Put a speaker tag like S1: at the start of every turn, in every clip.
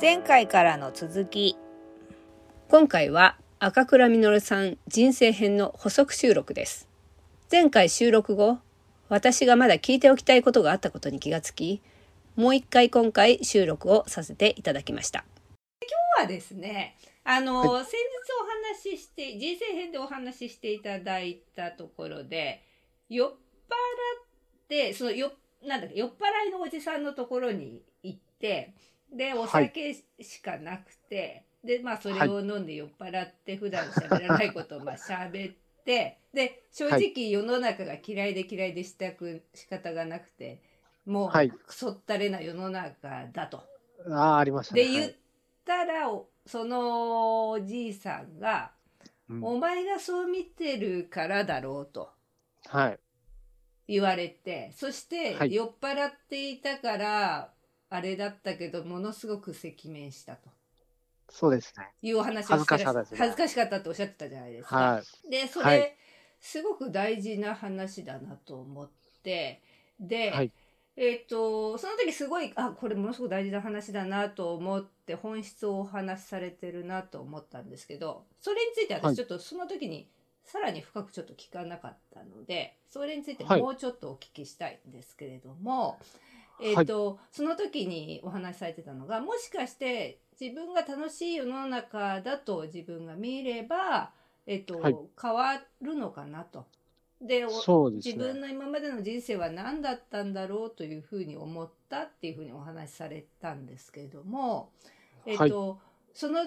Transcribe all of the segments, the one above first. S1: 前回からの続き
S2: 今回は赤倉実さん人生編の補足収録です。前回収録後、私がまだ聞いておきたいことがあったことに気がつき、もう一回今回収録をさせていただきました。
S1: 今日はですねあの、先日お話しして人生編でお話ししていただいたところで酔っ払ってそのよなんだっけ酔っ払いのおじさんのところに行ってでお酒しかなくて、でまあそれを飲んで酔っ払って普段喋らないことをまあ喋ってで正
S3: は
S1: 直世の中が嫌いで嫌いでしたく仕方がなくてもう
S3: はい
S1: くそったれな世の中だと。
S3: ああ、ありましたね。
S1: で
S3: は
S1: 言っ
S3: い
S1: たら、おそのおじいさんが、
S3: うん
S1: お前がそう見てるからだろうと
S3: はい。
S1: 言われてそして、
S3: はい
S1: 酔っ払っていたからあれだったけどものすごく赤面したと
S3: そうですね。
S1: いうお話をしてらっしゃ
S3: 恥ずかしかったですね
S1: 恥ずかしかったっておっしゃってたじゃないですか。
S3: は
S1: でそれ、
S3: はい
S1: すごく大事な話だなと思って
S3: い。
S1: で、
S3: はい。
S1: えっとその時すごいあこれものすごく大事な話だなと思って本質をお話しされてるなと思ったんですけどそれについて
S3: は
S1: 私
S3: い
S1: ちょっとその時にさらに深くちょっと聞かなかったのでそれについて
S3: はい
S1: もうちょっとお聞きしたいんですけれども、
S3: はい
S1: えっとその時にお話しされてたのがもしかして自分が楽しい世の中だと自分が見れば、えっと
S3: はい
S1: 変わるのかなと。でお
S3: そうです
S1: 自分
S3: ね。
S1: の今までの人生は何だったんだろうというふうに思ったっていうふうにお話しされたんですけれども、えっ
S3: はい。
S1: とその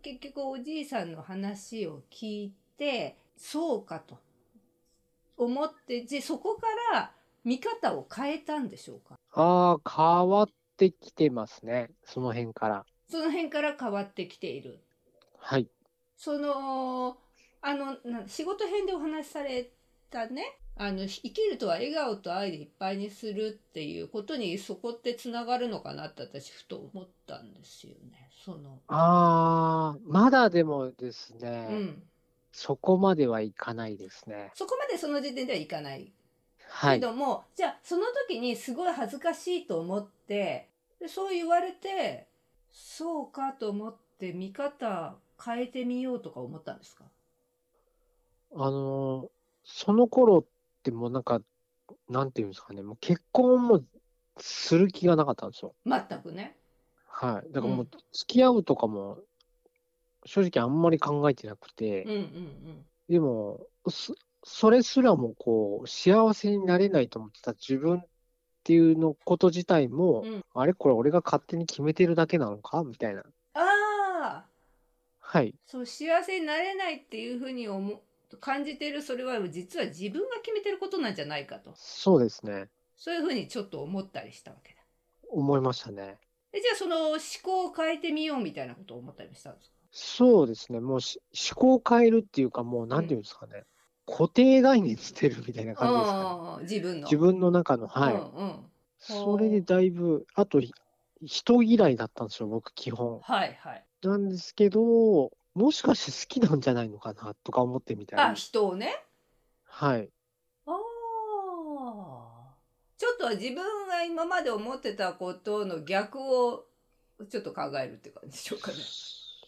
S1: 結局おじいさんの話を聞いてそうかと思ってでそこから見方を変えたんでしょうか
S3: ああ、変わってきてますね。その辺から。
S1: その辺から変わってきている
S3: はい。
S1: そのあのな仕事編でお話しされたねあの生きるとは笑顔と愛でいっぱいにするっていうことにそこってつながるのかなって私ふと思ったんですよね。その
S3: ああ、まだでもです
S1: う
S3: ね、
S1: ん、
S3: そこまではいかないですね。
S1: そこまでその時点ではいかない
S3: は
S1: け
S3: い。
S1: ども、じゃあその時にすごい恥ずかしいと思ってでそう言われてそうかと思って見方変えてみようとか思ったんですか
S3: あのーその頃ってもうなんか、なんていうんですかね、もう結婚もする気がなかったんですよ。
S1: 全くね。
S3: はい。だから
S1: う
S3: もうん付き合うとかも、正直あんまり考えてなくて、
S1: うんうんうん
S3: でも、そ、それすらもこう、幸せになれないと思ってた自分っていうのこと自体も、
S1: うん
S3: あれこれ俺が勝手に決めてるだけなのかみたいな。
S1: ああ
S3: はい。
S1: そう幸せになれないっていうふうに思う感じてるそれは実は自分が決めてることなんじゃないかと
S3: そうですね。
S1: そういうふうにちょっと思ったりしたわけだ
S3: 思いましたね。
S1: えじゃあその思考を変えてみようみたいなことを思ったりもしたんですか
S3: そうですね。もうし思考を変えるっていうか、もうなんていうんですかね。固定概念捨てるみたいな感じですかね。
S1: ああ自分の
S3: 自分の中の、はい。
S1: うんうん、
S3: それでだいぶ、あと、ひ人嫌いだったんですよ、僕、基本。
S1: はいはい
S3: なんですけど、もしかして好きなんじゃないのかなとか思ってみた
S1: あ
S3: り。
S1: 人をね
S3: はい。
S1: ああちょっと自分が今まで思ってたことの逆をちょっと考えるって感じでしょうかね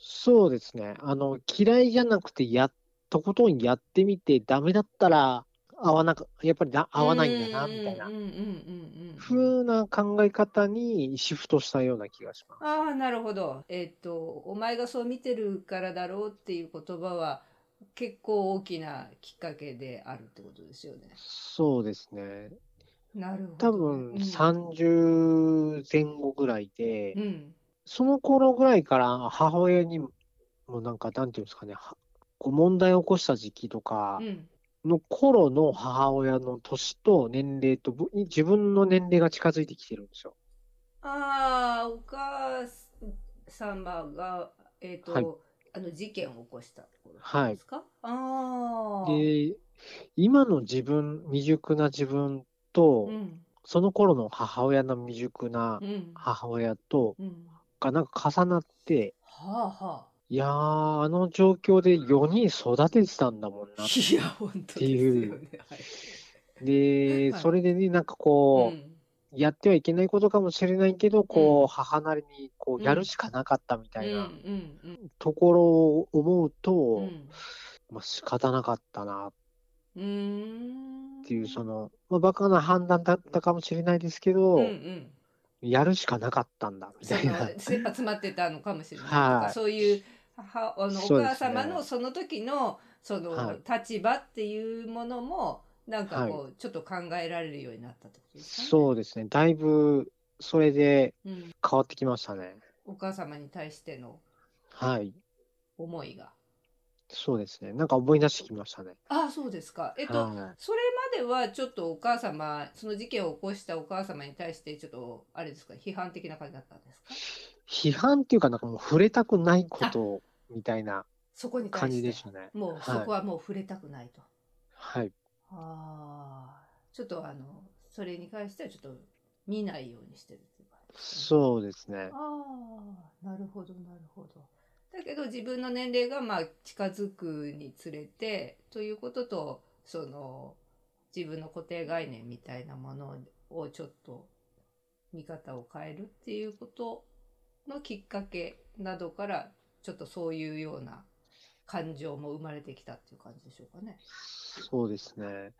S3: そうですね。あの、嫌いじゃなくて、や、とことんやってみて、ダメだったら、合わなか、やっぱりな、合わないんだな、みたいな
S1: うん、うんうんうんうん
S3: 風な考え方にシフトしたような気がします。
S1: ああなるほど。えっとお前がそう見てるからだろうっていう言葉は結構大きなきっかけであるってことですよね。
S3: そうですね。
S1: なるほど。
S3: 多分、
S1: うん
S3: 30前後ぐらいで
S1: う、ん
S3: その頃ぐらいから、母親にも、なんか、なんていうんですかね、はこう問題を起こした時期とか
S1: うん
S3: の頃の母親の年と年齢と、ぶ自分の年齢が近づいてきてるんですよ。
S1: ああお母様がえっと、
S3: はい
S1: あの事件を起こした頃
S3: はい
S1: ですか？ああ。
S3: で、今の自分、未熟な自分と、
S1: うん
S3: その頃の母親の未熟な
S1: うん
S3: 母親と、
S1: うん。
S3: がなんか重なって、
S1: はあはあ。
S3: いやー、あの状況で4人育ててたんだもん な。
S1: いや本当ですよね。はい
S3: で、
S1: はい
S3: それでね、なんかこ
S1: う
S3: う、
S1: ん
S3: やってはいけないことかもしれないけど、こう、母なりに、こ
S1: う
S3: う、
S1: ん
S3: やるしかなかったみ
S1: う
S3: た
S1: ん
S3: いな
S1: うん
S3: ところを思う
S1: うんう
S3: と、
S1: ん
S3: まあ、仕方なかったなっ
S1: うーん
S3: ていう、その、まあ、バカな判断だったかもしれないですけ
S1: うん
S3: ど
S1: う、ん
S3: やるしかなかったんだ、み
S1: その
S3: たいな。
S1: 切羽詰まってたのかもしれないと
S3: はい
S1: かそういう母あのお
S3: そうで
S1: 母
S3: すね
S1: 様のその時のそ
S3: は
S1: の
S3: い
S1: 立場っていうものもなんかこうちょっと考えられるようになったってことですかね。
S3: そうですね。だいぶ、それで
S1: うん
S3: 変わってきましたね。
S1: お母様に対しての
S3: はい。
S1: 思いが。
S3: そうですね。なんか思い出してきましたね。
S1: ああそうですか。えっと、
S3: はい
S1: それまではちょっとお母様その事件を起こしたお母様に対してちょっとあれですか批判的な感じだったんですか
S3: 批判っていうか、なんかもう触れたくないことみたいな
S1: そこに対して
S3: 感じでしたね。
S1: もうそこはもう触れたくないと。
S3: はい。
S1: ああちょっとあのそれに関してはちょっと見ないようにしてるっていう感じですかね
S3: そうですね。
S1: ああなるほどなるほど。だけど自分の年齢がまあ近づくにつれてということとその自分の固定概念みたいなものをちょっと見方を変えるっていうことのきっかけなどからちょっとそういうような感情も生まれてきたっていう感じでしょうかね。
S3: そうですね。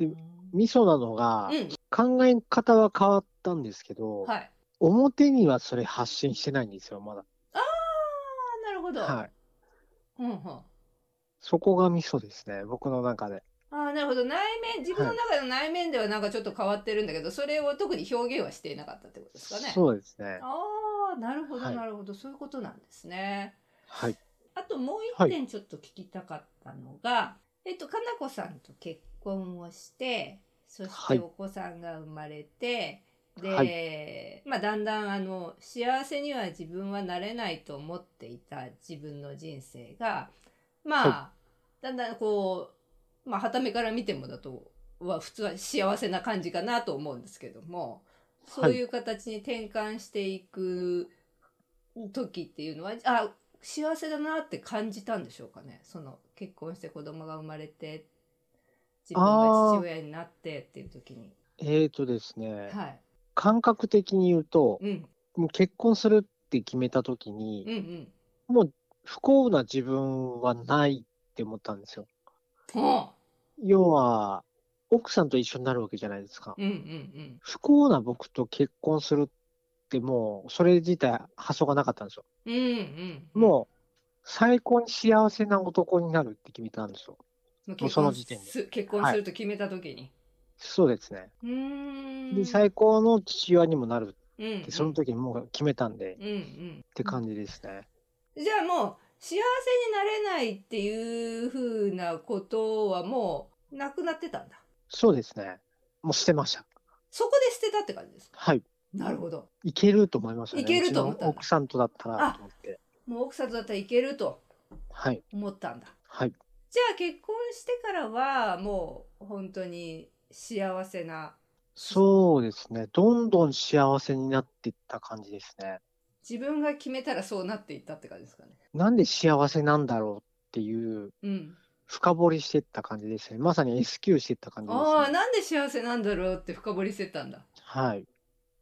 S1: うん
S3: でミソなのが、
S1: うん
S3: 考え方は変わったんですけど、
S1: はい。
S3: 表にはそれ発信してないんですよ、まだ。
S1: ああ、なるほど。
S3: はい。
S1: うんうん。あ
S3: そこがミソですね、僕の中で。
S1: あ、なるほど。内面、自分の中の内面ではなんかちょっと変わってるんだけど、それを特に表現はしていなかったってことですかね。
S3: そうですね。
S1: ああ、なるほど、
S3: はい
S1: なるほど。そういうことなんですね。
S3: はい。
S1: あともう
S3: は
S1: 一
S3: い
S1: 点ちょっと聞きたかったのが、えっと、かなこさんと結婚をして、そし
S3: は
S1: て
S3: い
S1: お子さんが生まれて、
S3: は
S1: で、まあ、だんだんあの幸せには自分はなれないと思っていた自分の人生がまあ、だんだんこうまあはためから見てもだとは普通は幸せな感じかなと思うんですけどもそういう形に転換していく時っていうのは、あ幸せだなって感じたんでしょうかねその結婚して子供が生まれて自分が父親になってっていう時に。
S3: えーとですね、
S1: はい
S3: 感覚的に言うと、
S1: うん
S3: もう結婚するって決めたときに、
S1: うんうん。
S3: もう不幸な自分はないって思ったんですよ。
S1: ほ
S3: 要は、奥さんと一緒になるわけじゃないですか。
S1: う。うんうん
S3: 不幸な僕と結婚するってもう、それ自体発想がなかったんですよ。
S1: うん。うんうん。
S3: もう、最高に幸せな男になるって決めたんですよ。
S1: もう
S3: もうその時点です
S1: 結婚すると決めた時に。
S3: そうですね。
S1: うーん。
S3: で、最高の父親にもなる
S1: うんう
S3: って、
S1: ん
S3: その時にもう決めたんで、っ
S1: うんうん。
S3: て感じですね。
S1: じゃあもう幸せになれないっていうふうなことはもうなくなってたんだ。
S3: そうですね。もう捨てました。
S1: そこで捨てたって感じですか。
S3: はい。
S1: なるほど。
S3: いけると思いましたね。
S1: いけると思ったんだ
S3: うちの奥さんとだったらと思って。
S1: もう奥さんとだったらいけると
S3: はい。
S1: 思ったんだ。
S3: はい。
S1: じゃあ結婚してからはもう本当に幸せな
S3: そうですね。どんどん幸せになっていった感じですね。
S1: 自分が決めたらそうなっていったって感じですかね。
S3: なんで幸せなんだろうっていう、
S1: うん。
S3: 深掘りしていった感じですね。まさに S q していった感じです
S1: ああ、
S3: ね。
S1: なんで幸せなんだろうって深掘りしてたんだ。
S3: はい。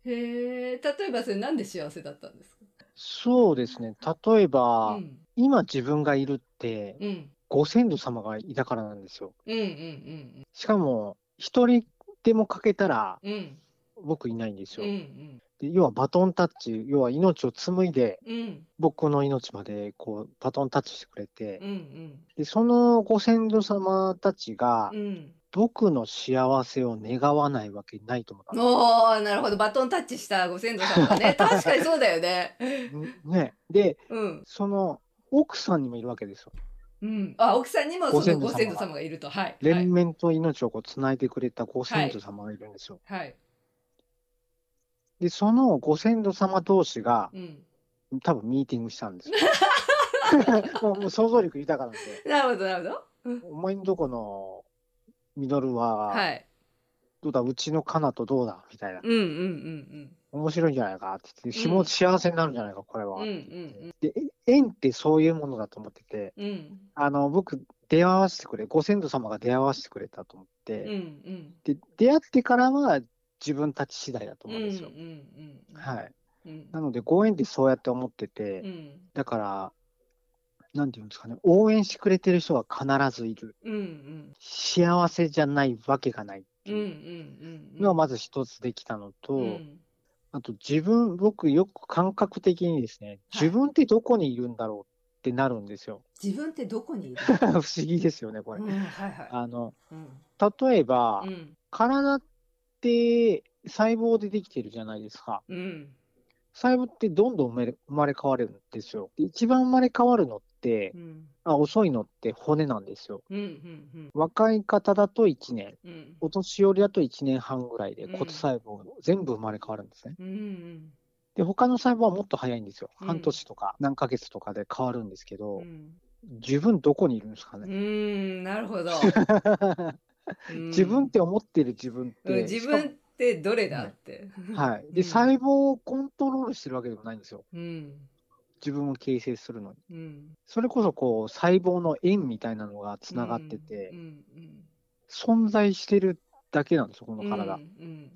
S1: へえ、例えばそれなんで幸せだったんです
S3: そうですね。例え
S1: か。
S3: ば、
S1: うん、
S3: 今自分がいるって、
S1: うん、
S3: ご先祖様がいたからなんですよ。
S1: うん、うん、うん、
S3: しかも、一人でもかけたら、
S1: うん、うん、
S3: 僕いないんです
S1: う
S3: よ。
S1: ん、
S3: で要はバトンタッチ、要は命を紡いで、
S1: うん、うん、
S3: 僕の命までこうバトンタッチしてくれて、
S1: うん、
S3: でそのご先祖様たちが、
S1: うん。
S3: 僕の幸せを願わないわけないと思ったんで
S1: おーなるほどバトンタッチしたご先祖様がね確かにそうだよね
S3: すよ。ね、で、
S1: うん
S3: その奥さんにもいるわけですよ。
S1: うんあ奥さんにもそのご
S3: ご
S1: 先
S3: 先
S1: 祖
S3: 祖様が
S1: 様がいるとはいは
S3: 連
S1: い、
S3: 綿と命をこう繋いでくれたご先祖様がいるんですよ。
S1: はい、
S3: で、そのご先祖様同士が
S1: うん
S3: 多分ミーティングし たんですよ。もうもう想像力豊かなんで、
S1: なるほどなるほ
S3: お前んとこのミドル
S1: ど
S3: は、
S1: はい
S3: どうだ、うちのカナとどうだみたいな、
S1: うんうんうん
S3: 面白いんじゃないかって言って、
S1: うん
S3: も幸せになるんじゃないか、これ
S1: う
S3: は。
S1: んうん
S3: で、え縁ってそういうものだと思ってて、
S1: うんうん
S3: あの僕、出会わせてくれ、ご先祖様が出会わせてくれたと思っ
S1: う
S3: て、
S1: んうん
S3: で出会ってからは、自分たち次第だと
S1: うん
S3: 思
S1: う
S3: うん
S1: ん
S3: ですよ。
S1: うん
S3: はい。
S1: うん
S3: なので、ご縁ってそうやって思ってて、
S1: うん
S3: だから、なんていうんですかね、応援してくれてる人は必ずいる。
S1: うんうん
S3: 幸せじゃないわけがないって
S1: うんうんう
S3: いうん
S1: うん
S3: のがまず一つできたのと、
S1: うん
S3: あと自分、僕よく感覚的にですね、
S1: はい
S3: 自分ってどこにいるんだろうってなるんですよ。
S1: 自分ってどこにいる
S3: 不思議ですよね、 これ。
S1: うんはいは
S3: あの、
S1: いうん
S3: 例えば、
S1: うん
S3: 体って細胞でできてるじゃないですか。
S1: うん
S3: 細胞ってどんどん生まれ生まれ変わるんですよ。で一番生まれ変わるのって
S1: う、ん
S3: あ遅いのって骨なんですよ。
S1: うんうん
S3: 若い方だと1年、
S1: うんうん
S3: お年寄りだと1年半ぐらいで
S1: うん
S3: 骨細胞が全部生まれ変わるんですね。
S1: うんうん
S3: で、他の細胞はもっと早いんですよ。
S1: うん
S3: 半年とか何ヶ月とかで変わるんですけど、
S1: うん
S3: 自分どこにいるんですか
S1: う
S3: ね。
S1: んなるほどうん
S3: 自分って思ってる自分っ
S1: うん
S3: て、
S1: 自
S3: しかも
S1: 分ってどれだって
S3: はい。
S1: う
S3: で、
S1: ん
S3: 細胞をコントロールしてるわけでもないんですよ。
S1: うん
S3: 自分を形成するのに。
S1: うん
S3: それこそ、こう、細胞の円みたいなのがつながってて、
S1: うんうん
S3: 存在してるだけなんですよ、こ
S1: う
S3: の
S1: ん
S3: 体。
S1: うん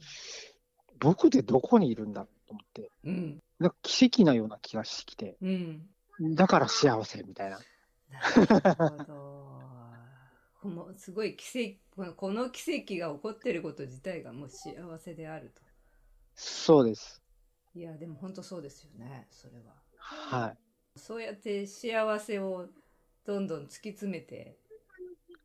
S3: 僕ってどこにいるんだと思って。
S1: うん
S3: なんか奇跡なような気がしてきて、
S1: うん
S3: だから幸せみたいな。
S1: なるほど。このすごい奇跡、この奇跡が起こってること自体がもう幸せであると。
S3: そうです。
S1: いや、でも本当そうですよね、それは。
S3: は
S1: そうやって幸せをどんどん突き詰めて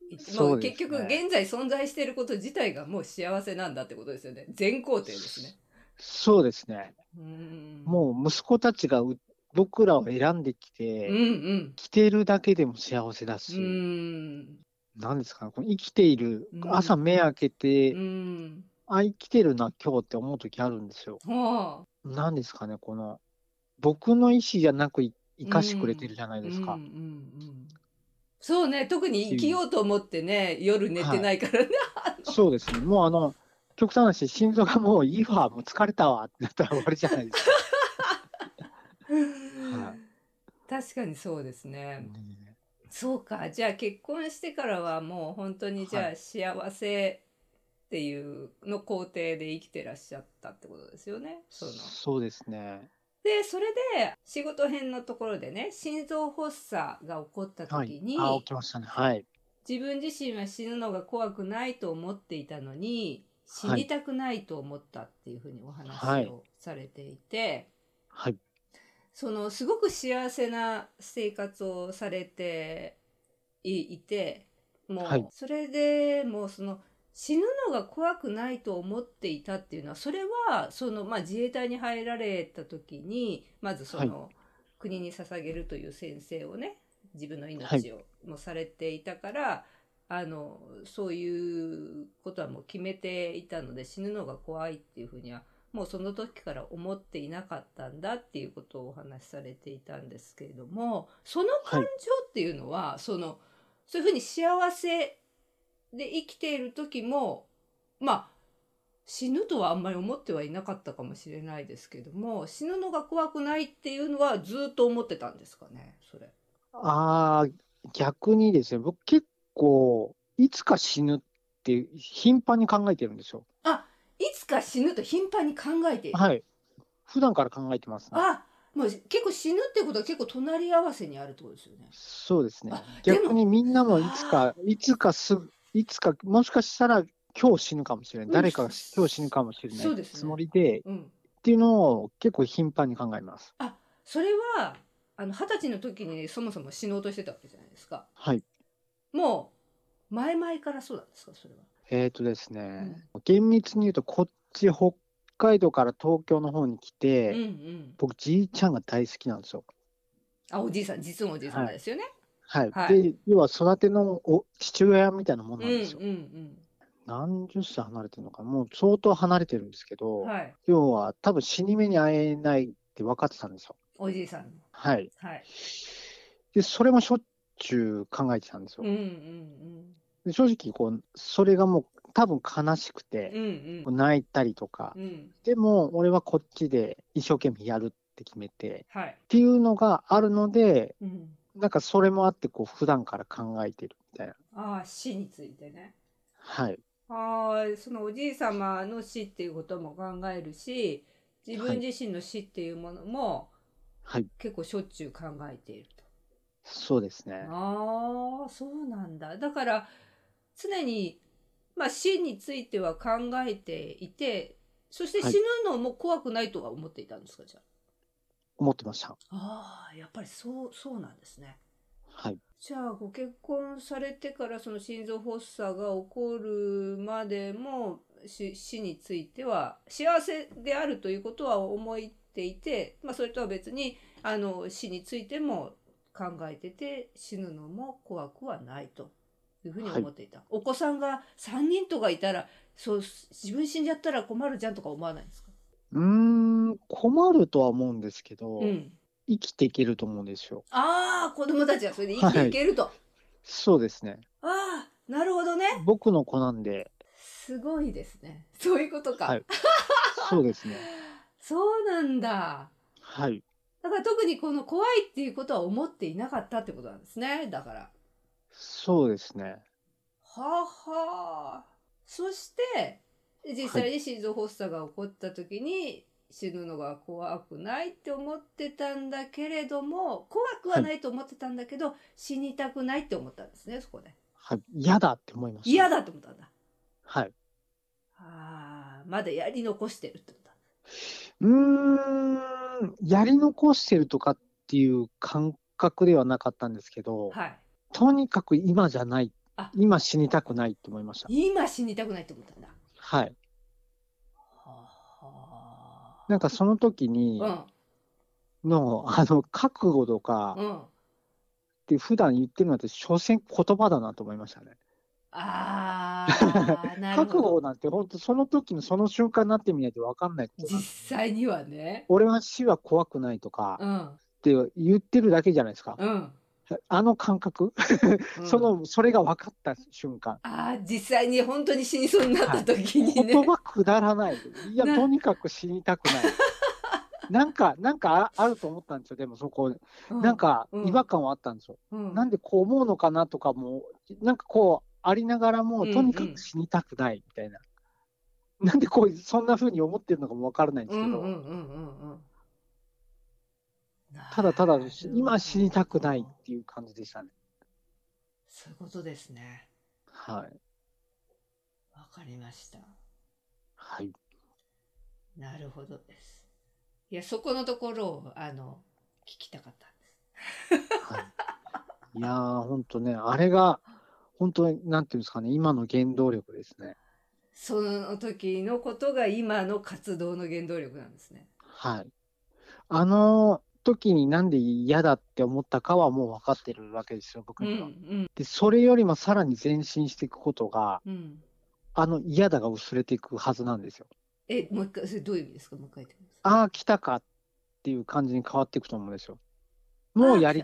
S1: いって、も
S3: そううです
S1: 結
S3: ね
S1: 局現在存在していること自体がもう幸せなんだってことですよね。全肯定ですね。
S3: い。そうですね。
S1: うーん。
S3: もう息子たちがう僕らを選んでき
S1: う
S3: て、
S1: んうん。
S3: 来てるだけでも幸せだ
S1: う
S3: し、
S1: ーん。
S3: なんですかね、この生きている
S1: う、ん
S3: 朝目開けて、
S1: うん。
S3: あ、生きてるな、今日って思う時あるんですよ。
S1: はあ。
S3: なんですかね、この、僕の意思じゃなくい生かしてくれてるじゃないですか。
S1: うんうんうん、そうね特に生きようと思ってね夜寝てないからね、
S3: そうですね。もうあの、極端な話、心臓がもういいわ、もう疲れたわってなったら終わりじゃないですか。は
S1: 確かにそうですね、
S3: ね
S1: そうかじゃあ結婚してからはもう本当にじゃ
S3: は
S1: あ幸せっていうの工程で生きてらっしゃったってことですよね その
S3: そうですね。
S1: でそれで仕事編のところでね心臓発作が起こった
S3: はい
S1: 時に、。
S3: あ、起きましたね。はい。
S1: 自分自身は死ぬのが怖くないと思っていたのに死
S3: はい
S1: にたくないと思ったっていうふうにお
S3: は
S1: 話
S3: い
S1: をされていて、
S3: はい。
S1: そのすごく幸せな生活をされていいてもう、
S3: はい
S1: それでもうその死ぬのが怖くないと思っていたっていうのはそれはその、まあ、自衛隊に入られた時にまずその、国に捧げるという先生をね自分の命をもされていたから、あのそういうことはもう決めていたので死ぬのが怖いっていうふうにはもうその時から思っていなかったんだっていうことをお話しされていたんですけれどもその感情っていうのは、そのそういうふうに幸せで生きている時もまあ死ぬとはあんまり思ってはいなかったかもしれないですけども死ぬのが怖くないっていうのはずっと思ってたんですかねそれ。
S3: ああ、逆にですね、僕結構、いつか死ぬって頻繁に考えてるんですよ。
S1: いつか死ぬと頻繁に考えている。
S3: はい。普段から考えてますね。
S1: あもう結構死ぬってことは結構隣り合わせにあるってことですよね。
S3: そうですね
S1: あ。でも
S3: 逆にみんなもいつ
S1: あ
S3: か、いつかすぐ、いつか、もしかしたら今日死ぬかもしれない。
S1: うん
S3: 誰かが今日死ぬかもしれな
S1: そう
S3: い
S1: ですね
S3: つもりで、っ
S1: うん
S3: ていうのを結構頻繁に考えます。
S1: それはあの二十歳の時にそもそも死のうとしてたわけじゃないですか
S3: はい。
S1: もう前々からそうなんですかそれは、
S3: えーとですね、厳密に言うと、こっち北海道から東京の方に
S1: うん
S3: 来
S1: う
S3: て、
S1: ん
S3: 僕、じいちゃんが大好きなんですよ。
S1: あおじいさん実のおじいさんですよね、
S3: はい。
S1: はい
S3: で、要は育てのお父親みたいなもんなん
S1: うん
S3: ですよ。
S1: うん
S3: 何十歳離れてるのかな、もう相当離れてるんですけど、
S1: うんはい
S3: 要は多分死に目に会えないって分かってたんですよ。
S1: おじいさん
S3: はい。
S1: はい
S3: で、それもしょっちゅう考えてたんですよ
S1: うん。うん
S3: で正直、こう、それがもう多分悲し
S1: う
S3: く
S1: んう
S3: て、
S1: ん
S3: こう泣いたりとか
S1: う、ん
S3: でも俺はこっちで一生懸命やるって決めて、
S1: はい
S3: っていうのがあるので、
S1: うん
S3: なんかそれもあって、こう、普段から考えてるみたいな。
S1: ああ死についてね
S3: はい。
S1: はい、そのおじい様の死っていうことも考えるし、自
S3: は
S1: 分
S3: い
S1: 自身の死っていうものも
S3: はい、
S1: 結構しょっちゅう考えていると。
S3: そうですね。
S1: ああ、そうなんだ。だから常に、まあ、死については考えていて、そして
S3: はい
S1: 死ぬのも怖くないとは思っていたんですか、じゃ
S3: 思ってました。
S1: あ。ああ、やっぱりそう、そうなんですね。
S3: はい。
S1: じゃあご結婚されてからその心臓発作が起こるまでもし死については幸せであるということは思っていて、まあ、それとは別にあの死についても考えてて死ぬのも怖くはないというふうに思っていた、お子さんが3人とかいたらそう自分死んじゃったら困るじゃんとか思わないんですか、
S3: うーん、困るとは思うんですけど、
S1: うん、
S3: 生きていけると思うんですよ。
S1: ああ子供たちはそれで生きていけると、
S3: そうですね。
S1: ああなるほどね
S3: 僕の子な んで、
S1: すごいですねそういうことか、
S3: はいそうですね。
S1: そうなんだ。
S3: はい。
S1: だから特にこの怖いっていうことは思っていなかったってことなんですね。だから。は
S3: そうですね。
S1: あはあ。そして、実際に心臓発作が起こった時に死ぬのが怖くないって思ってたんだけれども、怖くはないと思ってたんだけど、死にたくないって思ったんですね、そこで。
S3: はい。嫌だって思いました。
S1: 嫌だと思ったんだ。
S3: はい。
S1: ああ、まだやり残してるってことだ。
S3: うーん、やり残してるとかっていう感覚ではなかったんですけど、
S1: はい。
S3: とにかく今じゃない
S1: あ。
S3: 今死にたくないって思いました。
S1: 今死にたくないって思ったんだ。
S3: はい。
S1: はあ。
S3: なんかその時にの、あの、覚悟とか
S1: う、ん。うん。
S3: って普段言ってるのって、所詮言葉だなと思いましたね。
S1: あ あ、なる
S3: 覚
S1: ほど。
S3: 悟なんて、本当その時のその瞬間になってみないと分かんないことなん
S1: 実
S3: で
S1: 際にはね。
S3: 俺は死は怖くないとか
S1: うん、
S3: って言ってるだけじゃないですか。
S1: うん。
S3: あの感覚、
S1: うん
S3: そ、の、それが分かった瞬間。
S1: ああ、実際に本当に死にそうになった時にね。
S3: 言葉くだらない。いや、
S1: な
S3: とにかく死にたくない。 なんか、なんかああると思ったんですよ。でもそこ、
S1: う
S3: なん、か
S1: うん
S3: 違和感はあったんですよ。
S1: うん、
S3: なんでこう思うのかなとかも、なんかこう、ありながらも、
S1: うん
S3: とにかく死にたくないみたいな。なんでこう、そんな風に思ってるのかもわからないんで
S1: う
S3: す
S1: んう
S3: け
S1: んう
S3: ど、
S1: んうんうん。
S3: ただただ
S1: なるほ、ど
S3: 今死にたくないっていう感じでしたね。
S1: そういうことですね。
S3: はい。
S1: わかりました。
S3: はい。
S1: なるほどです。いや、そこのところを、あの、聞きたかったんです。
S3: いやー、ほんとね、あれが、本当に、なんていうんですかね、今の原動力ですね。
S1: その時のことが今の活動の原動力なんですね。
S3: はい。あの時になんで嫌だって思ったかはもう分かってるわけですよ、僕
S1: うん、う
S3: には。
S1: ん、
S3: で、それよりもさらに前進していくことが、
S1: うん。
S3: あの嫌だが薄れていくはずなんですよ。
S1: え、もう一回、それどういう意味ですかもう一回言ってください。
S3: ああ、来たかっていう感じに変わっていくと思うんですよ。もうやり、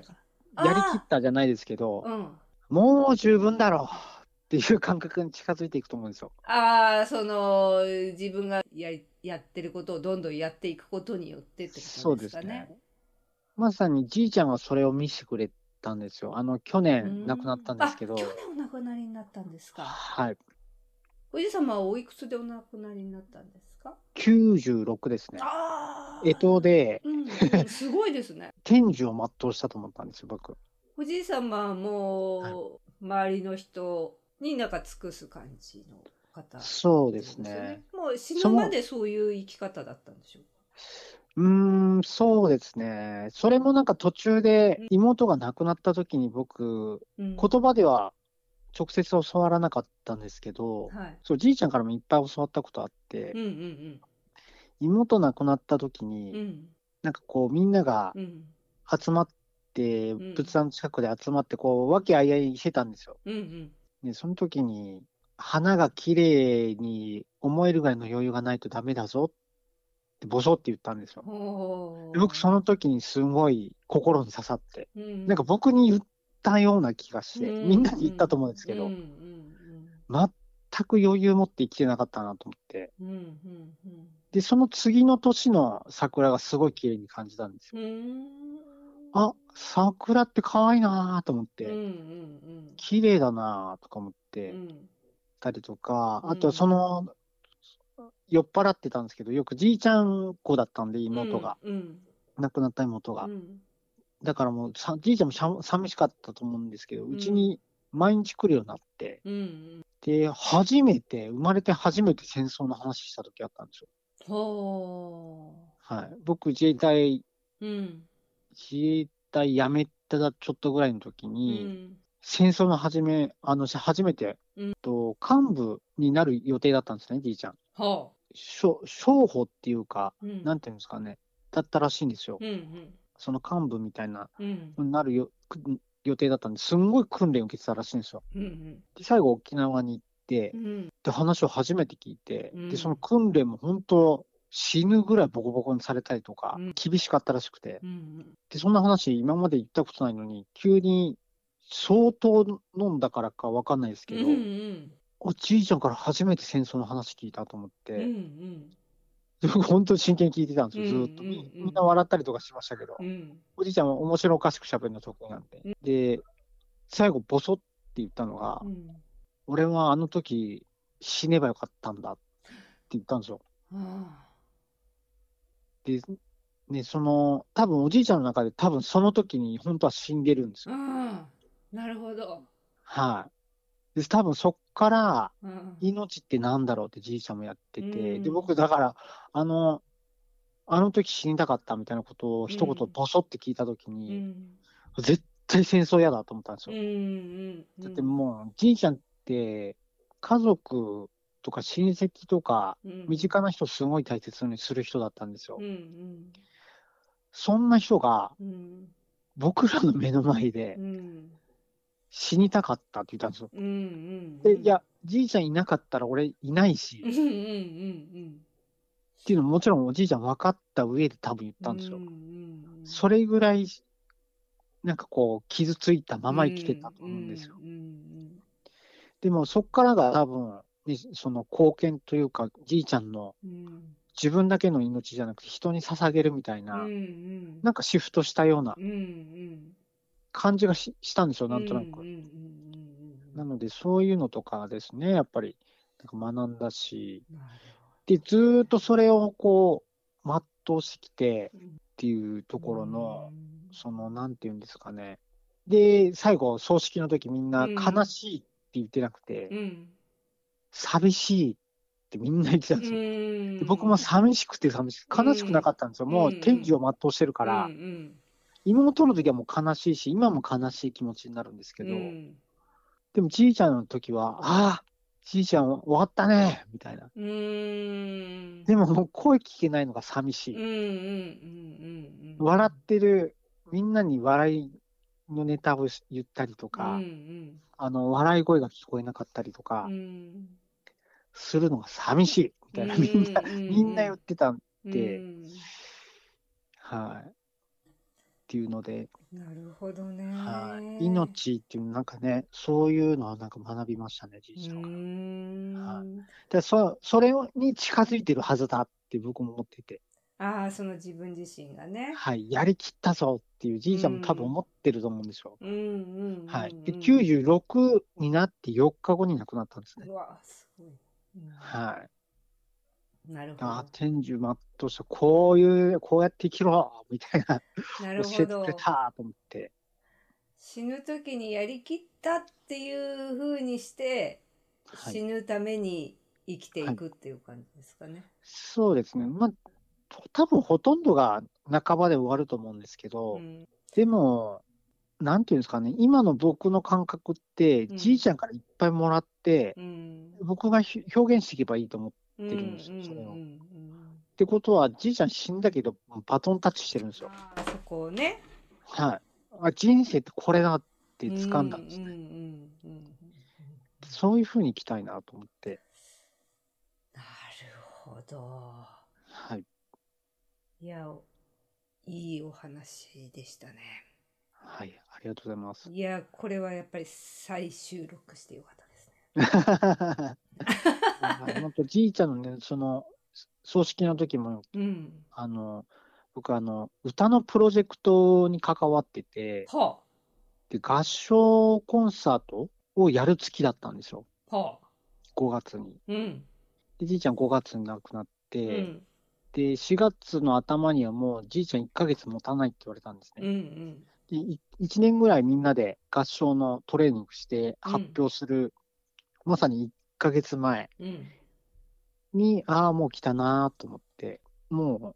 S1: あー
S3: やりきったじゃないですけど、
S1: うん。
S3: もう十分だろうっていう感覚に近づいていくと思うんですよ。
S1: ああ、その、自分がややってることをどんどんやっていくことによってってことですかね。。
S3: まさにじいちゃんはそれを見せてくれたんですよ。あの、去年亡くなったんですけど
S1: あ、去、年お亡くなりになったんですか。
S3: はい。
S1: おじ様はおいくつでお亡くなりになったんですか
S3: 96ですね。
S1: ああ。
S3: 干支で
S1: うん、うんすごいですね。
S3: 天寿を全うしたと思ったんですよ、僕。
S1: おじい様
S3: はい
S1: も、周りの人になんか尽くす感じの方。
S3: そうですね。。
S1: もう死ぬまでそういう生き方だったんでしょう
S3: うーん、そうですね。それもなんか途中で妹が亡くなった時に僕、
S1: か。
S3: 言葉では直接教わらなかったんですけど
S1: うん、、はい。
S3: そう、じいちゃんからもいっぱい教わったことあって
S1: う、んうん
S3: 妹亡くなった時
S1: うん。う
S3: に、
S1: ん
S3: なんかこうみんなが
S1: うん
S3: 集まって、
S1: ん
S3: 仏壇の近くで集まって、こう、和気あいあいしてたんですよ。
S1: うんうん。
S3: で、その時に、花が綺麗に思えるぐらいの余裕がないとダメだぞって、ボソって言ったんですよ。
S1: ほ
S3: で僕、その時にすごい心に刺さって、
S1: うん
S3: なんか僕に言ったような気がして、
S1: うん
S3: みんなに言ったと思うんですけ
S1: う
S3: ど
S1: んう、ん
S3: 全く余裕持って生きてなかったなと思って、
S1: うんうんうん
S3: で、その次の年の桜がすごい綺麗に感じたんですよ。
S1: うんうん
S3: あ、桜って可愛いなと思っ
S1: うんうん
S3: て、綺麗だなとか思っ
S1: う
S3: て、
S1: ん
S3: ったりとか、
S1: うん
S3: あとその、酔っ払ってたんですけど、よくじいちゃん子だったんで、妹が、
S1: うん
S3: 亡くなった妹
S1: う
S3: が。
S1: ん
S3: だからもうさ、じいちゃんもしゃ寂しかったと思うんですけど、
S1: ん
S3: うちに毎日来るようになって、
S1: うんうん
S3: で、初めて、生まれて初めて戦争の話した時あったんですよ。
S1: ほ
S3: はい。僕、自衛隊、
S1: ううん
S3: 自衛隊辞めたちょっとぐらいの時
S1: う
S3: に、
S1: ん
S3: 戦争の初め、あの、し初めて、
S1: うん
S3: と幹部になる予定だったんですね、じいちゃん。
S1: ほ
S3: 商商法っていうか、
S1: ううん
S3: なんていうんですかね、だったらしいんですよ。
S1: うんうん
S3: その幹部みたいな、
S1: うん
S3: なるよく予定だったんですんごい訓練を受けてたらしいんですよ。
S1: うん
S3: で、最後沖縄に行って
S1: う、ん
S3: で、話を初めて聞いて、
S1: うん
S3: で、その訓練も本当、死ぬぐらいボコボコにされたりとか
S1: うん、
S3: 厳しかったらしくて、
S1: うん
S3: で、そんな話、今まで言ったことないのに、急に相当飲んだからかわかんないですけど、
S1: うん
S3: おじいちゃんから初めて戦争の話聞いたと思っ
S1: うんう
S3: て、
S1: ん
S3: 僕、本当に真剣に聞いてたんですよ、ずーっと。
S1: うんうんうん
S3: みんな笑ったりとかしましたけど、
S1: うん
S3: おじいちゃんは面白おかしく喋るの得意なんで、
S1: うん
S3: で、最後、ボソって言ったのが、
S1: うん
S3: 俺はあの時死ねばよかったんだって言ったんですよ。
S1: あ
S3: で、ね、その、多分おじいちゃんの中で、多分その時に本当は死んでるんです
S1: あ
S3: よ。
S1: ああなるほど
S3: はい。で、多分そっから、
S1: うん
S3: 命ってなんだろうってじいちゃんもやってて、
S1: うん
S3: で、僕、だから、あの、あの時死にたかったみたいなことを一
S1: う
S3: 言
S1: ん
S3: ボソって聞いた時
S1: う
S3: に、
S1: ん
S3: 絶対戦争嫌だと思ったんです
S1: う
S3: よ。
S1: んうん
S3: だってもう、じいちゃんって、家族とか親戚とか、
S1: うん
S3: 身近な人すごい大切にする人だったんですよ
S1: う。ん
S3: そんな人が、
S1: うんうん
S3: 僕らの目の前で
S1: う、ん
S3: 死にたかったって言ったんですよ。
S1: うんうん
S3: で、いや、じいちゃんいなかったら俺いないし、
S1: うん
S3: っ
S1: うんうん
S3: ていうのももちろんおじいちゃん分かった上で多分言ったんですよ
S1: う。ん
S3: それぐらい、なんかこう、傷ついたまま生きてたと思うんですよ。
S1: うんうん
S3: でも、そっからが多分、ね、その貢献というか、じいちゃんの
S1: うんうん
S3: 自分だけの命じゃなくて人に捧げるみたいな、
S1: うんうん
S3: なんかシフトしたような
S1: うんうん
S3: 感じがししたんですよ、なんとな
S1: う
S3: く
S1: ん。うんうんうん
S3: なので、そういうのとかですね、やっぱり、なんか学んだし、
S1: なる
S3: で、ずーっとそれをこう、全うしてきて
S1: うん
S3: っていうと
S1: ほど
S3: ころの
S1: う、ん
S3: その、なんていうんですかね。で、最後、葬式の時みんな
S1: うん
S3: 悲しいって言ってなくて、
S1: うん
S3: 寂しいってみんな言ってたんですよ。で僕も寂しくて寂しく、悲しくなかったんですよ。
S1: うん
S3: も
S1: う
S3: うん天寿を全うしてるから、
S1: うんうん
S3: 妹の時はもう悲しいし、今も悲しい気持ちになるんですけ
S1: う
S3: ど、
S1: ん
S3: でもじいちゃんの時は、ああ、じいちゃん終わったね、みたいな。
S1: うんうん
S3: でももう声聞けないのが寂しい。
S1: うんうんうんうん
S3: 笑ってる、みんなに笑いのネタをし言ったりとか、
S1: うん
S3: あの、笑い声が聞こえなかったりと
S1: う
S3: か
S1: ん、うん
S3: するのが寂しい、みたいな、
S1: うん
S3: みんな、
S1: うんうんうん
S3: みんな言ってた、て
S1: うん
S3: はい。っていうので、
S1: なるほどね、
S3: はい。命っていう、なんかね、そういうのをなんか学びましたね、じ
S1: う
S3: いちゃんは。
S1: ーん、
S3: はで、そそれに近づいてるはずだって僕も思ってて、
S1: ああその自分自身がね
S3: はい。やりきったぞっていうじいちゃんも多分思ってると思うんですよ。
S1: うんうんうん、うん、
S3: はい。で、96になって4日後に亡くなったんですね
S1: う。わすごい、うん
S3: はい。
S1: なるほ
S3: あ
S1: ど
S3: 天寿全うした、こういう、こうやって生きろみたいな、
S1: なる
S3: 教え
S1: ほ
S3: て
S1: ど
S3: くれたと思って。
S1: 死ぬ時にやりきったっていうふうにして、
S3: は
S1: 死
S3: い。
S1: ぬために生きていくっていう感じですかね。
S3: そうですね。まあ、と多分ほとんどが半ばで終わると思うんですけど、
S1: うん
S3: でも、なんていうんですかね、今の僕の感覚って、
S1: うん
S3: じいちゃんからいっぱいもらって、
S1: うん
S3: 僕がひ表現していけばいいと思って。
S1: うん
S3: るんですよそれを
S1: うんうん
S3: ってことは、じいちゃん死んだけど、バトンタッチしてるんですよ。
S1: あーそこをね
S3: はい。あ、人生ってこれだって掴んだんですね。
S1: うんうんうんうん
S3: そういうふうにいきたいなと思って。
S1: なるほど。
S3: はい。
S1: いや、おいいお話でしたね。
S3: はい。ありがとうござい ます。
S1: いや、これはやっぱり再収録してよかったですね。
S3: 本当じいちゃんのね、その、葬式の時も、
S1: うん。
S3: あの、僕、あの、歌のプロジェクトに関わってて、
S1: ほ
S3: で、合唱コンサートをやる月だったんですよ。
S1: う。ほ
S3: 5月に。
S1: うん
S3: で、じいちゃん5月に亡くなっ
S1: う
S3: て、
S1: ん
S3: で、4月の頭にはもうじいちゃん1ヶ月持たないって言われたんです
S1: うんう
S3: ね。
S1: ん
S3: で1年ぐらいみんなで合唱のトレーニングして
S1: うん
S3: 発表する、まさに1ヶ月前
S1: うん
S3: に、ああ、もう来たなーと思って、もう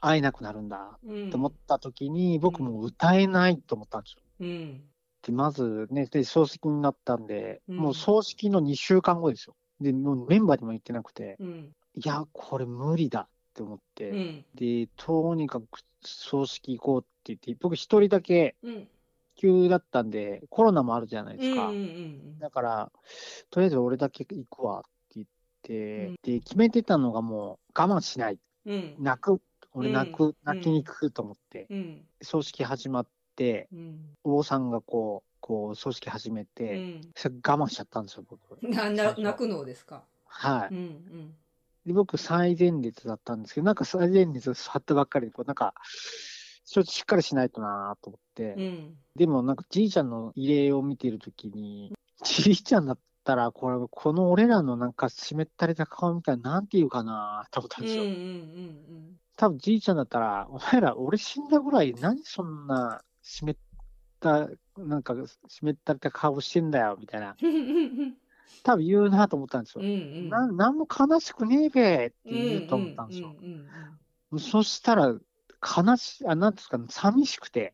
S3: 会えなくなるんだ
S1: うん
S3: と思った時に、僕もう歌えないと思ったんですよ。
S1: うん
S3: で、まずね、で、葬式になったんで、
S1: うん
S3: もう葬式の2週間後ですよ。で、もうメンバーにも言ってなくて、
S1: うん
S3: いや、これ無理だって思って、
S1: うん
S3: で、とにかく葬式行こうって言って、僕一人だけ
S1: うん
S3: 急だったんで、コロナもあるじゃないですか。
S1: うんうん
S3: だから、とりあえず俺だけ行くわって言って、で、決めてたのがもう我慢しない。
S1: うんうん
S3: 泣く。俺泣
S1: う
S3: く
S1: ん、
S3: 泣きに行くと思って、
S1: うん
S3: 葬式始まって、
S1: うん
S3: 王さんがこう、こう、葬式始め
S1: う
S3: て、
S1: ん
S3: それ我慢しちゃったんですよ、僕。
S1: なな泣くのですか
S3: はい。
S1: うんうん
S3: で僕、最前列だったんですけど、なんか最前列座ったばっかりで、こうなんか、ちょっとしっかりしないとなーと思って、
S1: うん
S3: でもなんかじいちゃんの慰霊を見てるときに、じいちゃんだったら、これ、この俺らのなんか湿ったれた顔みたいな、なんて言うかなーと思った
S1: うんん
S3: です
S1: う
S3: よ。
S1: ん
S3: 多分じいちゃんだったら、お前ら、俺死んだぐらい、何そんな湿った、なんか湿ったれた顔してんだよ、みたいな、
S1: うんうん
S3: 多分言うなと思ったんです
S1: う
S3: よ。
S1: ん
S3: ななんも悲しくねえべって言うと思ったんですよ。そしたら、悲し、あ、なんですかね、寂しくて、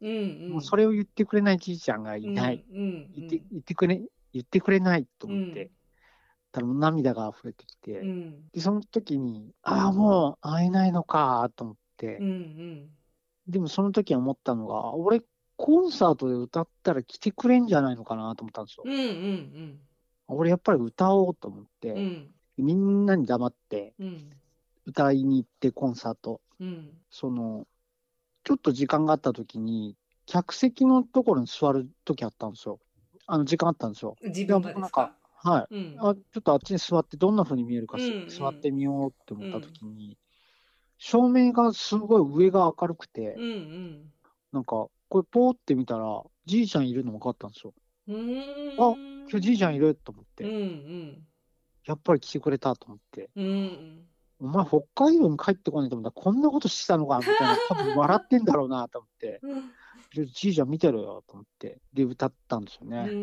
S3: もうそ
S1: れ
S3: れを言ってくれないじいちゃんがいない、。
S1: うん
S3: 言って言ってくれ、言ってくれないと思って、
S1: うん
S3: たらもう涙が溢れてきて、
S1: うん
S3: で、その時に、ああ、もう会えないのかと思って、
S1: うんうん
S3: でもその時思ったのが、俺、コンサートで歌ったら来てくれんじゃないのかなと思ったんですよ。
S1: うんうん
S3: 俺、やっぱり歌おうと思って、
S1: うんうん
S3: みんなに黙って、
S1: うん
S3: 歌いに行って、コンサート。
S1: うん
S3: その、ちょっと時間があったときに、客席のところに座るときあったんですよ。あの、時間あったんですよ。
S1: 自分がですか
S3: はい。
S1: うん
S3: あちょっとあっちに座って、どんな風に見えるかし、
S1: うんうん
S3: 座ってみようって思ったときに、照明がすごい上が明るくて、
S1: うん
S3: なんか、これ、ポーって見たら、じいちゃんいるの分かったんですよ。
S1: うんうん
S3: 今日じいちゃんいると思っ
S1: う
S3: て、
S1: んうん
S3: やっぱり来てくれたと思って、
S1: うん
S3: お前、北海道に帰ってこないと思ったら、こんなことしてたのかみたいな、多分笑ってんだろうなと思って。でじいちゃん見てろよと思って、で、歌ったんですよね。
S1: う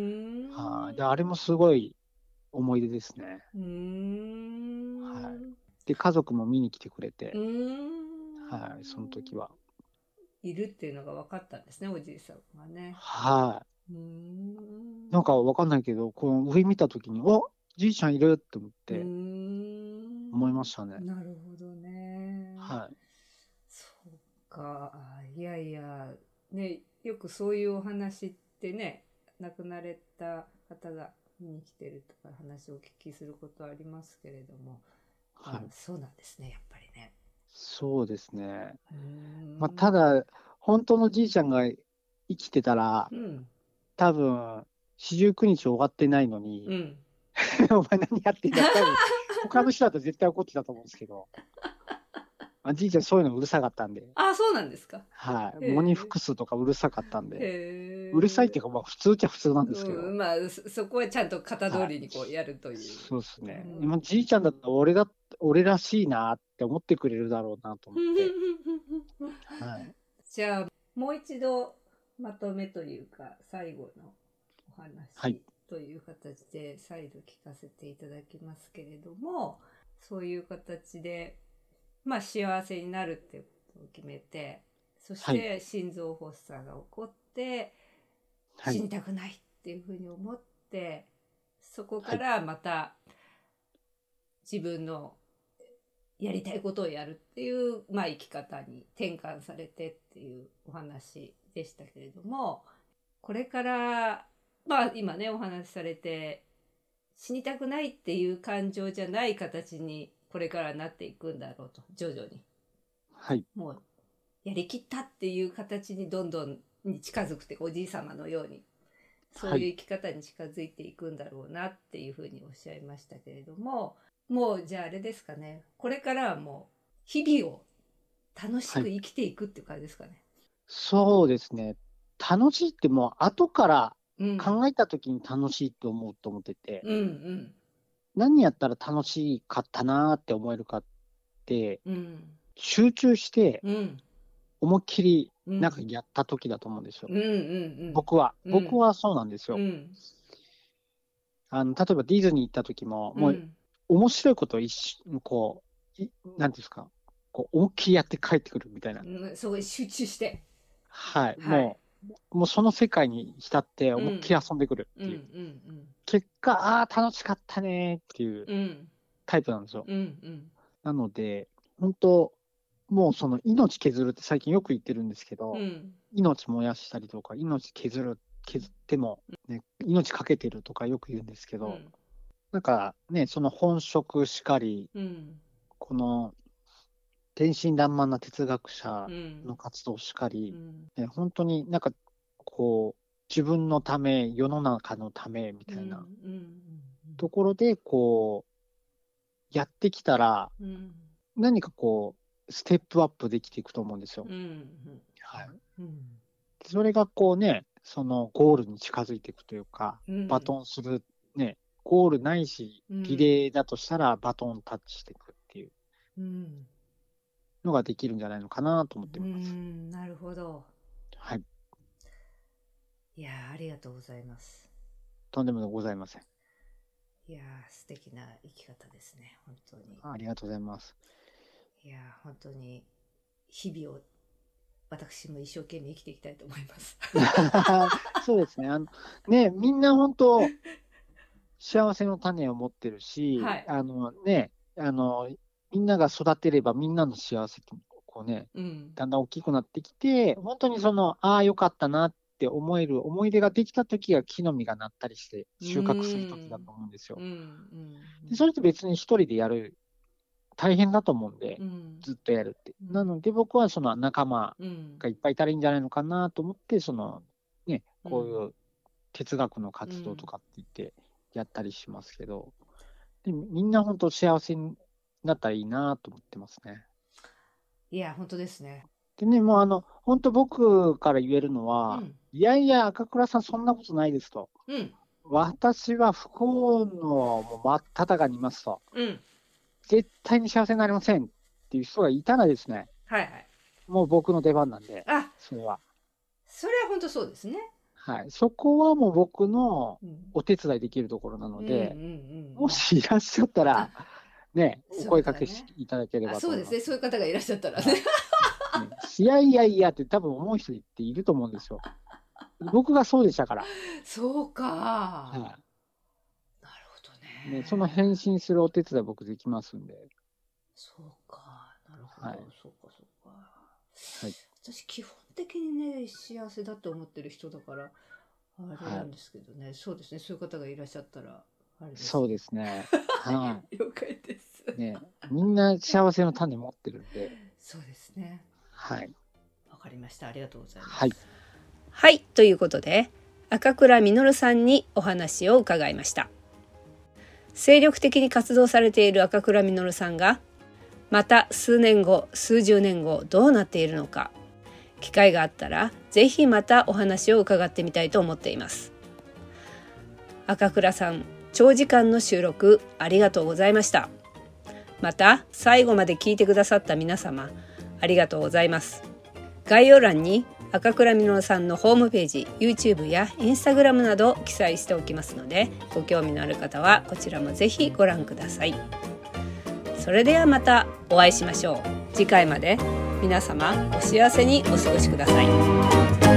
S1: ん
S3: はい。で、あれもすごい思い出ですね。
S1: うん
S3: で、家族も見に来てくれて
S1: う、ん
S3: はい、その時は。
S1: いるっていうのが分かったんですねおじいさんがね
S3: は
S1: うん
S3: い。なんかわかんないけど、この上見た時に、おじいちゃんいるって思って思
S1: 思
S3: いましたね。
S1: なるほどね。
S3: はい。
S1: そうか。あいやいや、ね、よくそういうお話ってね、亡くなれた方が見に来てるとか話をお聞きすることはありますけれども、
S3: は
S1: あ
S3: い。
S1: そうなんですね、やっぱりね。
S3: そうですね。
S1: うーん
S3: まあ、た、だ、本当のじいちゃんが生きてたら
S1: う、ん、
S3: 多分、四十九日終わってないのに、
S1: うん。
S3: お前何やってんだ多 分他の人だと絶対怒ってたと思うんですけど。あじいちゃんそういうのうるさかったんで、
S1: あ、そうなんですか。
S3: はい。
S1: へえ
S3: モニフクスとかうるさかったんで、
S1: へー
S3: うるさいっていうか、まあ普通っちゃ普通なんですけど。
S1: うん、まあそ、そこはちゃんと型通りにこうやるという。
S3: そうですね。
S1: うん
S3: 今じいちゃんだったら俺だ、俺らしいなって思ってくれるだろうなと思って。はい。
S1: じゃあもう一度まとめというか最後のお
S3: は
S1: 話
S3: い
S1: という形で再度聞かせていただきますけれども、そういう形でまあ幸せになるっていうことを決めてそし
S3: は
S1: て心臓発作が起こって、
S3: は
S1: 死
S3: い
S1: に。たくないっていうふうに思ってそこからまた自分のやりたいことをやるっていう、まあ、生き方に転換されてっていうお話でしたけれどもこれからまあ今ねお話しされて死にたくないっていう感情じゃない形にこれからなっていくんだろうと徐々に
S3: はい。
S1: もうやりきったっていう形にどんどんに近づくておじい様のようにそういう生き方に近づいていくんだろうなっていうふうにおっしゃいましたけれどももうじゃああれですかねこれからはもう日々を楽しく生きていくっていう感じですかね。
S3: そうですね。楽しいってもう後から
S1: うん、
S3: 考えた時に楽しいと思うと思ってて、
S1: うんうん
S3: 何やったら楽しかったなーって思えるかって、
S1: うん
S3: 集中して
S1: うん
S3: 思いっきり
S1: うん
S3: なんかやった時だと思うんですよ。
S1: うんうんうん
S3: 僕は、
S1: うん
S3: 僕はそうなんですよ。
S1: うん
S3: あの例えばディズニー行った時も、も
S1: う
S3: うん面白いことを一緒こう、いなんていうんですか、こう思いっきりやって帰ってくるみたいな。
S1: うんすごい集中して
S3: はい。
S1: はい
S3: もう、もうその世界に浸って思いっきり遊んでくるっ
S1: う
S3: て
S1: ん
S3: いう。
S1: うん
S3: 結果、ああー、楽しかったねーっていう
S1: うんうん
S3: タイプなんですよ。
S1: うんうん
S3: なので、本当もうその命削るって最近よく言ってるんですけど、
S1: うん
S3: 命燃やしたりとか、命削る、削っても、ね、命かけてるとかよく言うんですけど、なんかね、その本職しかり、
S1: うん
S3: この天真爛漫な哲学者
S1: うん
S3: の活動しか
S1: う
S3: り、
S1: ん
S3: ね、本当になんかこう、自分のため、世の中のためみたいな
S1: うんうん
S3: ところで、こう、やってきたら、
S1: うん
S3: 何かこう、ステップアップできていくと思うんですよ。
S1: うんうん
S3: はい、
S1: うん
S3: それがこうね、そのゴールに近づいていくというか、
S1: うん
S3: バトンする、ね、ゴールないし、
S1: うん
S3: リレーだとしたらバトンタッチしていくっていう
S1: うん
S3: のができるんじゃないのかなと思って
S1: う
S3: ます。
S1: んなるほど
S3: はい、
S1: いやーありがとうございます
S3: とんでもございません。
S1: いやー素敵な生き方ですね本当に
S3: ありがとうございます。
S1: いやー本当に日々を私も一生懸命生きていきたいと思います。
S3: そうですね。あのね、みんな本当、幸せの種を持ってるし、
S1: はい
S3: あのね、あの、みんなが育てればみんなの幸せってこうね、
S1: うん、
S3: だんだん大きくなってきて、本当にその、ああ、よかったなって思える思い出ができた時が木の実がなったりして、収穫する時だと思うんですよ
S1: うん、う。ん、
S3: でそれって別に一人でやる、大変だと思うんで
S1: う、ん、
S3: ずっとやるって。
S1: うん
S3: なので僕はその仲間
S1: うん、
S3: がいっぱいいたらいいんじゃないのかなと思って、その、ね、こういう哲学の活動とかって言ってやったりしますけど、でみんな本当幸せになったらいいなと思ってますね。
S1: いや本当ですね。
S3: でね、もうあの、本当僕から言えるの
S1: う
S3: は、
S1: ん、
S3: いやいや、赤倉さん、そんなことないですと。
S1: うん、
S3: 私は不幸のもう真っ只中にいますと。
S1: うん、
S3: 絶対に幸せになりませんっていう人がいたらですね、
S1: はいはい。
S3: もう僕の出番なんで、
S1: あ、
S3: それは。
S1: それは本当そうですね。
S3: はい。そこはもう僕の
S1: うん
S3: お手伝いできるところなの
S1: う
S3: で
S1: ん、うんうん、
S3: もしいらっしゃっ たら、ね、
S1: そうだね
S3: お声かけしいただけれ
S1: あ
S3: ばと
S1: そう
S3: 思
S1: で
S3: いますす。
S1: ね。そういう方がいらっしゃったら
S3: は
S1: ね。
S3: ねいやいやいやって多分思う人っていると思うんですよ。僕がそうでしたから。
S1: そうか、
S3: はい
S1: なるほどね
S3: ね、その返信するお手伝い僕できますんで。
S1: そうか、なるほど、
S3: はい
S1: そうか、そうか。
S3: い
S1: 私、基本的にね、幸せだと思ってる人だから、あれなんですけどね、そうですね、そういう方がいらっしゃったら、あれです。
S3: そうですね。は
S1: 了解です。
S3: い。ね、みんな幸せの種持ってるんで。
S1: そうですね。
S3: はい。
S1: わかりました。ありがとうございます。
S3: はい。
S2: はい、ということで赤倉実さんにお話を伺いました精力的に活動されている赤倉実さんがまた数年後数十年後どうなっているのか機会があったらぜひまたお話を伺ってみたいと思っています赤倉さん長時間の収録ありがとうございましたまた最後まで聞いてくださった皆様ありがとうございます概要欄に赤倉実さんのホームページ YouTube や Instagram などを記載しておきますのでご興味のある方はこちらもぜひご覧くださいそれではまたお会いしましょう次回まで皆様お幸せにお過ごしください